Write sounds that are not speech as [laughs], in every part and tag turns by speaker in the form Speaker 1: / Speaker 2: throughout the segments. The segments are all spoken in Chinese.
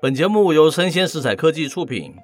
Speaker 1: 本节目由生鲜食材科技出品，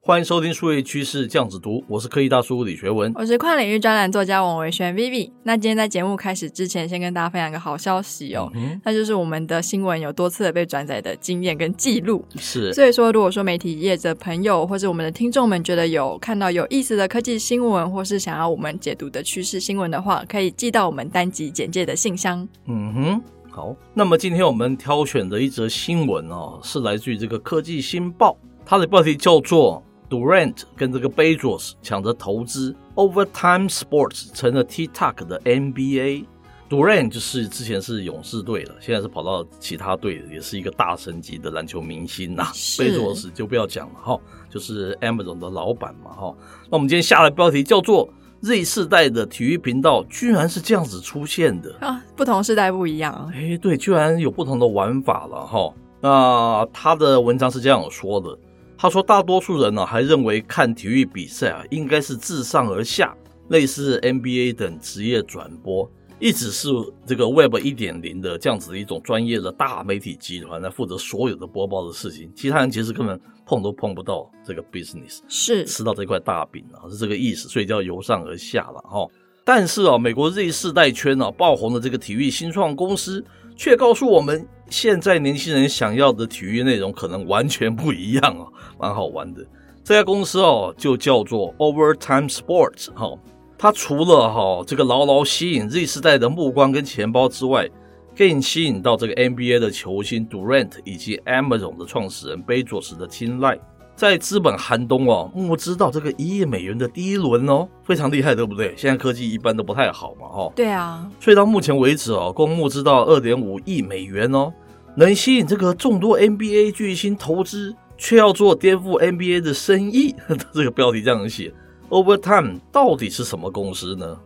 Speaker 1: 欢迎收听数位趋势酱子读，我是科技大叔李学文。
Speaker 2: 我是跨领域专栏作家王维轩 Vivi。那今天在节目开始之前，先跟大家分享一个好消息哦，
Speaker 1: 嗯
Speaker 2: 那就是我们的新闻有多次的被转载的经验跟记录。
Speaker 1: 哼，是
Speaker 2: 所以说，如果说媒体业者朋友或者我们的听众们觉得有看到有意思的科技新闻，或是想要我们解读的趋势新闻的话，可以寄到我们单集简介的信箱。
Speaker 1: 嗯哼，好。那么今天我们挑选的一则新闻哦，是来自于这个科技新报，它的标题叫做 “Durant 跟这个 Bezos 抢着投资 Overtime Sports 成了 TikTok 的 NBA”。Durant 就是之前是勇士队的，现在是跑到其他队的，也是一个大神级的篮球明星呐、
Speaker 2: 是
Speaker 1: 贝佐斯就不要讲了哈，就是 Amazon 的老板嘛哈。那我们今天下的标题叫做 “Z 世代的体育频道居然是这样子出现的”。
Speaker 2: 啊，不同时代不一样啊，
Speaker 1: 哎，对，居然有不同的玩法了哈。那他的文章是这样说的，他说大多数人呢、还认为看体育比赛啊应该是自上而下，类似 NBA 等职业转播，一直是这个 Web 一点零的这样子的一种专业的大媒体集团来负责所有的播报的事情，其他人其实根本碰都碰不到这个 business。
Speaker 2: 是
Speaker 1: 吃到这块大饼啊，是这个意思，所以叫由上而下了哈。但是啊，美国 Z 世代圈啊爆红的这个体育新创公司，却告诉我们，现在年轻人想要的体育内容可能完全不一样啊，蛮好玩的。这家公司哦，就叫做 Overtime Sports 哈、它除了哈、这个牢牢吸引 Z 世代的目光跟钱包之外，更吸引到这个 NBA 的球星 Durant 以及 Amazon 的创始人 Bezos 的青睐。在资本寒冬哦，募资到这个一亿美元的第一轮哦，非常厉害，对不对？现在科技一般都不太好嘛，哈、
Speaker 2: 对啊，
Speaker 1: 所以到目前为止哦，共募资到二点五亿美元哦，能吸引这个众多 NBA 巨星投资，却要做颠覆 NBA 的生意。 [laughs] 这个标题这样写，Overtime 到底是什么公司呢？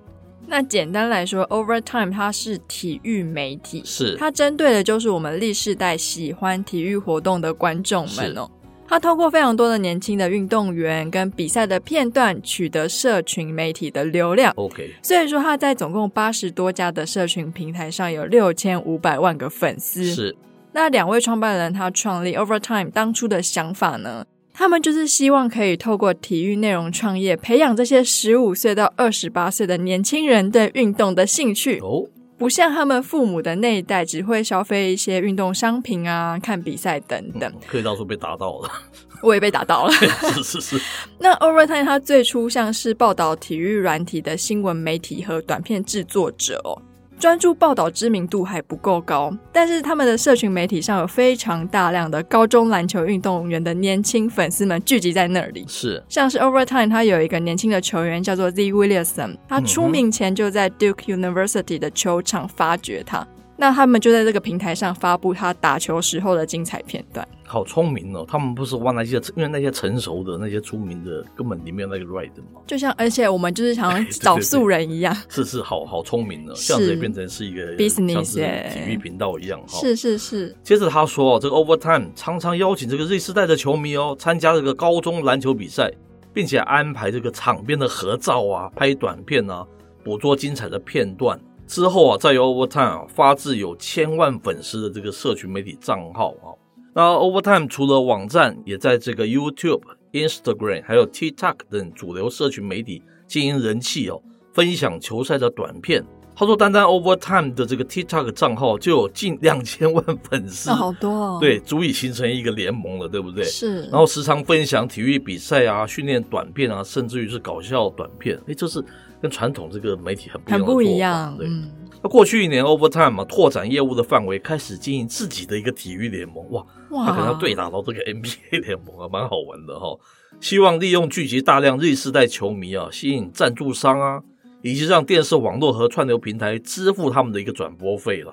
Speaker 2: 那简单来说，Overtime 它是体育媒体，
Speaker 1: 是
Speaker 2: 它针对的就是我们历世代喜欢体育活动的观众们哦。它透过非常多的年轻的运动员跟比赛的片段，取得社群媒体的流量。
Speaker 1: OK，
Speaker 2: 所以说，它在总共八十多家的社群平台上有六千五百万个粉丝。
Speaker 1: 是
Speaker 2: 那两位创办人他创立 Overtime 当初的想法呢？他们就是希望可以透过体育内容创业，培养这些十五岁到二十八岁的年轻人对运动的兴趣。
Speaker 1: 哦，
Speaker 2: 不像他们父母的那一代，只会消费一些运动商品啊、看比赛等等。
Speaker 1: 可以到处被打到了， [laughs]
Speaker 2: 我也被打到了。 [laughs]
Speaker 1: 是是是，
Speaker 2: 那 Overtime 它最初像是报道体育软体的新闻媒体和短片制作者哦，专注报道知名度还不够高，但是他们的社群媒体上有非常大量的高中篮球运动员的年轻粉丝们聚集在那里。
Speaker 1: 是
Speaker 2: 像是 Overtime，它有一个年轻的球员叫做 Z Williamson，他出名前就在 Duke University 的球场发掘他。那他们就在这个平台上发布他打球时候的精彩片段。
Speaker 1: 好聪明哦！他们不是挖那些，因为那些成熟的、那些出名的，根本里面那个 right 嘛，
Speaker 2: 就像，而且我们就是想要找
Speaker 1: [laughs] 对对
Speaker 2: 素人一样，
Speaker 1: 是是好好聪明哦，
Speaker 2: 是
Speaker 1: 这样子也变成是一个
Speaker 2: Business
Speaker 1: 像是
Speaker 2: 耶
Speaker 1: 体育频道一样哈。
Speaker 2: 是是是，
Speaker 1: 接着他说，这个 Overtime 常常邀请这个 Z 世代的球迷哦，参加这个高中篮球比赛，并且安排这个场边的合照啊、拍短片啊、捕捉精彩的片段。之后啊，再由 Overtime 啊发自有千万粉丝的这个社群媒体账号啊。那 Overtime 除了网站，也在这个 YouTube、Instagram 还有 TikTok 等主流社群媒体经营人气哦，分享球赛的短片。他说，单单 Overtime 的这个 TikTok 账号就有近两千万粉丝，
Speaker 2: 那好多哦。，
Speaker 1: 对，足以形成一个联盟了，对不对？
Speaker 2: 是。
Speaker 1: 然后时常分享体育比赛啊、训练短片啊，甚至于是搞笑短片，哎，这是跟传统这个媒体很不一样
Speaker 2: 很
Speaker 1: 的
Speaker 2: 不一
Speaker 1: 做法
Speaker 2: 样，
Speaker 1: 对，
Speaker 2: 嗯，
Speaker 1: 那过去一年 Overtime 嘛，拓展业务的范围，开始经营自己的一个体育联盟，哇，他可能要对打到这个 [laughs] NBA 联盟啊，蛮好玩的哈、希望利用聚集大量日世代球迷啊，吸引赞助商啊，以及让电视、网络和串流平台支付他们的一个转播费了。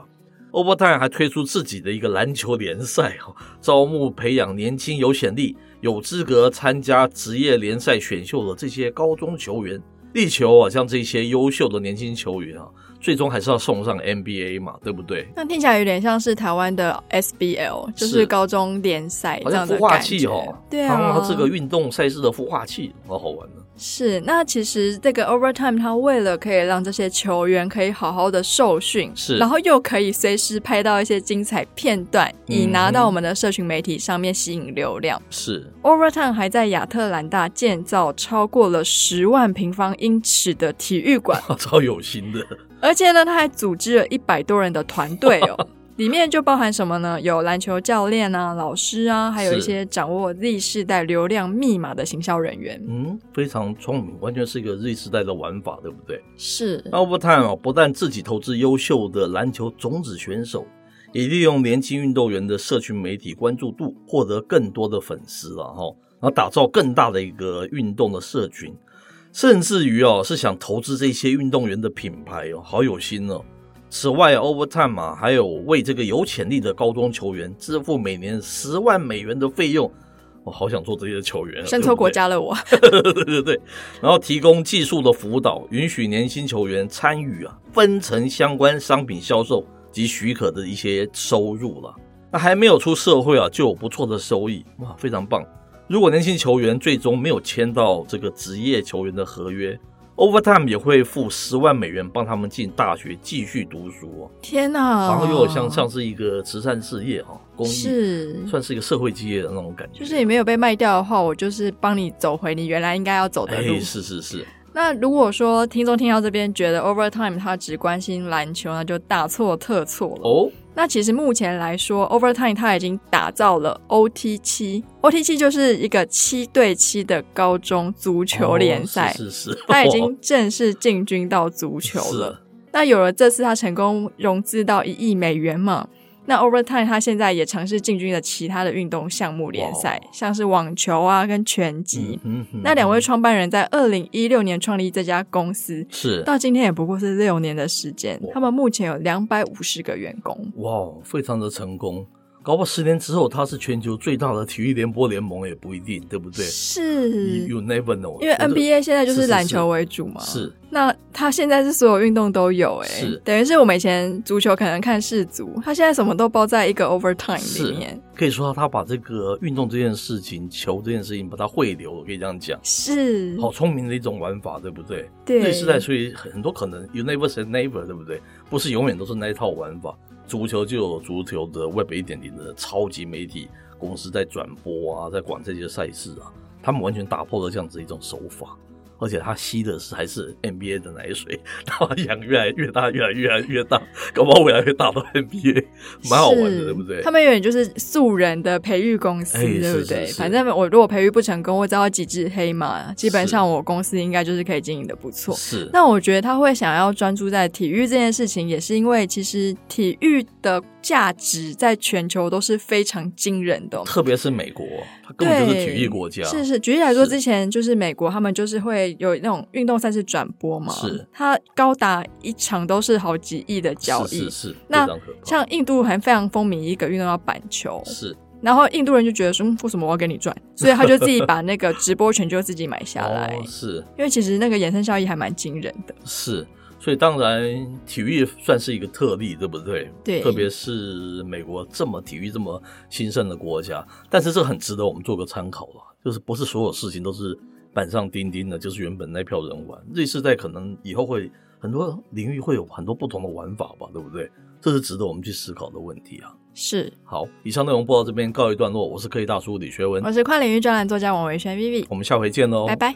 Speaker 1: Overtime 还推出自己的一个篮球联赛哦，招募培养年轻有潜力、有资格参加职业联赛选秀的这些高中球员，力求啊，像这些优秀的年轻球员啊，最终还是要送上 NBA 嘛，对不对？
Speaker 2: 那听起来有点像是台湾的 SBL，就是
Speaker 1: 是
Speaker 2: 高中联赛
Speaker 1: 好
Speaker 2: 哎这
Speaker 1: 像
Speaker 2: 样的
Speaker 1: 孵化
Speaker 2: 感
Speaker 1: 器
Speaker 2: 觉
Speaker 1: 哦，，
Speaker 2: 对
Speaker 1: 好
Speaker 2: 啊
Speaker 1: 像，这个运动赛事的孵化器，好好玩的、啊
Speaker 2: 是，那其实这个 overtime 它为了可以让这些球员可以好好的受训，
Speaker 1: 是
Speaker 2: 然后又可以随时拍到一些精彩片段，以
Speaker 1: 嗯
Speaker 2: 拿到我们的社群媒体上面吸引流量。
Speaker 1: 是 [laughs]
Speaker 2: overtime 还在亚特兰大建造超过了十万平方英尺的体
Speaker 1: [laughs]
Speaker 2: 育馆，
Speaker 1: 超有心的，
Speaker 2: 而且呢，他还组织了一百多人的团队
Speaker 1: [laughs]
Speaker 2: 哦。里面就包含什么呢？有篮球教练啊、老师啊，还有一
Speaker 1: 是
Speaker 2: 些掌握 Z 世代流量密码的行销人员。
Speaker 1: 嗯，非常聪明，完全是一个 Z 时代的玩法，对不对？
Speaker 2: 是
Speaker 1: 那 Overtime 哦，不但自己投资优秀的篮球种子选手，也利用年轻运动员的社群媒体关注度，获得更多的粉丝了哈，然后打造更大的一个运动的社群，甚至于哦是想投资这些运动员的品牌哦，好有心哦。此外，Overtime 啊，还有为这个有潜力的高中球员支付每年十万美元的费用，我好想做这些球员啊，
Speaker 2: 生
Speaker 1: 对不
Speaker 2: 抽国
Speaker 1: 对
Speaker 2: 家了我，
Speaker 1: 对对对，然后提供技术的辅导，允许年轻球员参与啊分成相关商品销售及许可的一些收入了。那还没有出社会啊，就有不错的收益，哇，非常棒！如果年轻球员最终没有签到这个职业球员的合约，Overtime 也会付十万美元帮他们进大学继续读书哦、
Speaker 2: 天哪！
Speaker 1: 然后又有像像是一个慈善事业哦，公益，
Speaker 2: 是，
Speaker 1: 算是一个社会企业的那种感觉。
Speaker 2: 就是你没有被卖掉的话，我就是帮你走回你原来应该要走的路。
Speaker 1: 哎，是是是，
Speaker 2: 那如果说听众听到这边觉得 Overtime 他只关心篮球，那就大错特错了。
Speaker 1: 哦，
Speaker 2: 那其实目前来说，Overtime 它已经打造了 OT 七，OT 七就是一个七对七的高中足球联赛，
Speaker 1: 哦是啊嗯
Speaker 2: [laughs]
Speaker 1: 是是，
Speaker 2: 它已经正式进军到足球了。那有了这次，它成功融资到一亿美元嘛？那 Overtime 它现在也尝试进军了其他的运动项目联赛，像是网球啊跟拳
Speaker 1: 是。
Speaker 2: 击。
Speaker 1: 哦嗯哼
Speaker 2: 那两位
Speaker 1: 嗯
Speaker 2: 创办人在二零一六年创立这家公司，
Speaker 1: 是
Speaker 2: 到今天也不过是六年的时间。
Speaker 1: 哇
Speaker 2: 他们目前有两百五十个员工。
Speaker 1: 哇，哦非常的成功。搞不好十年之后，它是全球最大的体育联播联盟也不一定，对不对
Speaker 2: 是
Speaker 1: ？You you never know，
Speaker 2: 因为
Speaker 1: 真的
Speaker 2: NBA 现在就是是
Speaker 1: 是
Speaker 2: 篮
Speaker 1: 是
Speaker 2: 球为主嘛，
Speaker 1: 是
Speaker 2: 那它现在是所有运动都有、欸，
Speaker 1: 是
Speaker 2: 等于是我们以前足球可能看世足，它现在什么都包在一个 overtime
Speaker 1: 是
Speaker 2: 里面。
Speaker 1: 可以说他把这个运动这件事情、球这件事情把它汇流，我可以这样讲，
Speaker 2: 是，
Speaker 1: 好聪明的一种玩法，对不对？
Speaker 2: 对，
Speaker 1: 时代所以很多可能 you never say never，对不对？不是永远都是那一套玩法。足球就有足球的 Web 一点零的超级媒体公司在转播啊，在管这些赛事啊，他们完全打破了这样子一种手法。而且他吸的是还是 NBA 的奶水， [laughs] 他养越来越大，越来越来越大，搞不好未来会大
Speaker 2: [laughs]
Speaker 1: 到 NBA，蛮好玩
Speaker 2: 是
Speaker 1: 的，对不对？
Speaker 2: 他们有点就是素人的培育公司，
Speaker 1: 哎
Speaker 2: 对不
Speaker 1: 是
Speaker 2: 对？
Speaker 1: 是是
Speaker 2: 反正我如果培育不成功，我只要几只黑马，基本
Speaker 1: 是
Speaker 2: 上我公司应该就是可以经营的不错。
Speaker 1: 是
Speaker 2: 那我觉得他会想要专注在体育这件事情，也是因为其实体育的价值在全球都是非常惊人的哦、
Speaker 1: 特别是美国，他根本就是
Speaker 2: 对
Speaker 1: 体育国家，
Speaker 2: 是是，举例来说，
Speaker 1: 是
Speaker 2: 之前就是美国，他们就是会有那种运动赛事转播嘛，
Speaker 1: 是
Speaker 2: 它高达一场都是好几亿的交易。
Speaker 1: 是是是，非
Speaker 2: 那
Speaker 1: 常可怕，
Speaker 2: 像印度还非常风靡一个运动叫板球，
Speaker 1: 是
Speaker 2: 然后印度人就觉得说，嗯为什么我要给你赚？所以他就自己把那个直播权就自己
Speaker 1: [laughs]
Speaker 2: 买下来，
Speaker 1: 哦、是
Speaker 2: 因为其实那个衍生效益还蛮惊人的。
Speaker 1: 是，所以当然体育算是一个特例，对不对？
Speaker 2: 对
Speaker 1: 特别是美国这么体育这么兴盛的国家，但是这很值得我们做个参考了，啊就是不是所有事情都是板上钉钉的，就是原本那票人玩。瑞士在可能以后会很多领域会有很多不同的玩法吧，对不对？这是值得我们去思考的问题啊。
Speaker 2: 是，
Speaker 1: 好，以上内容播到这边告一段落，我是科技大叔李学文哦
Speaker 2: 我，是跨领域专栏作家王维轩 Vivi，
Speaker 1: 我们下回见喽，
Speaker 2: 拜拜。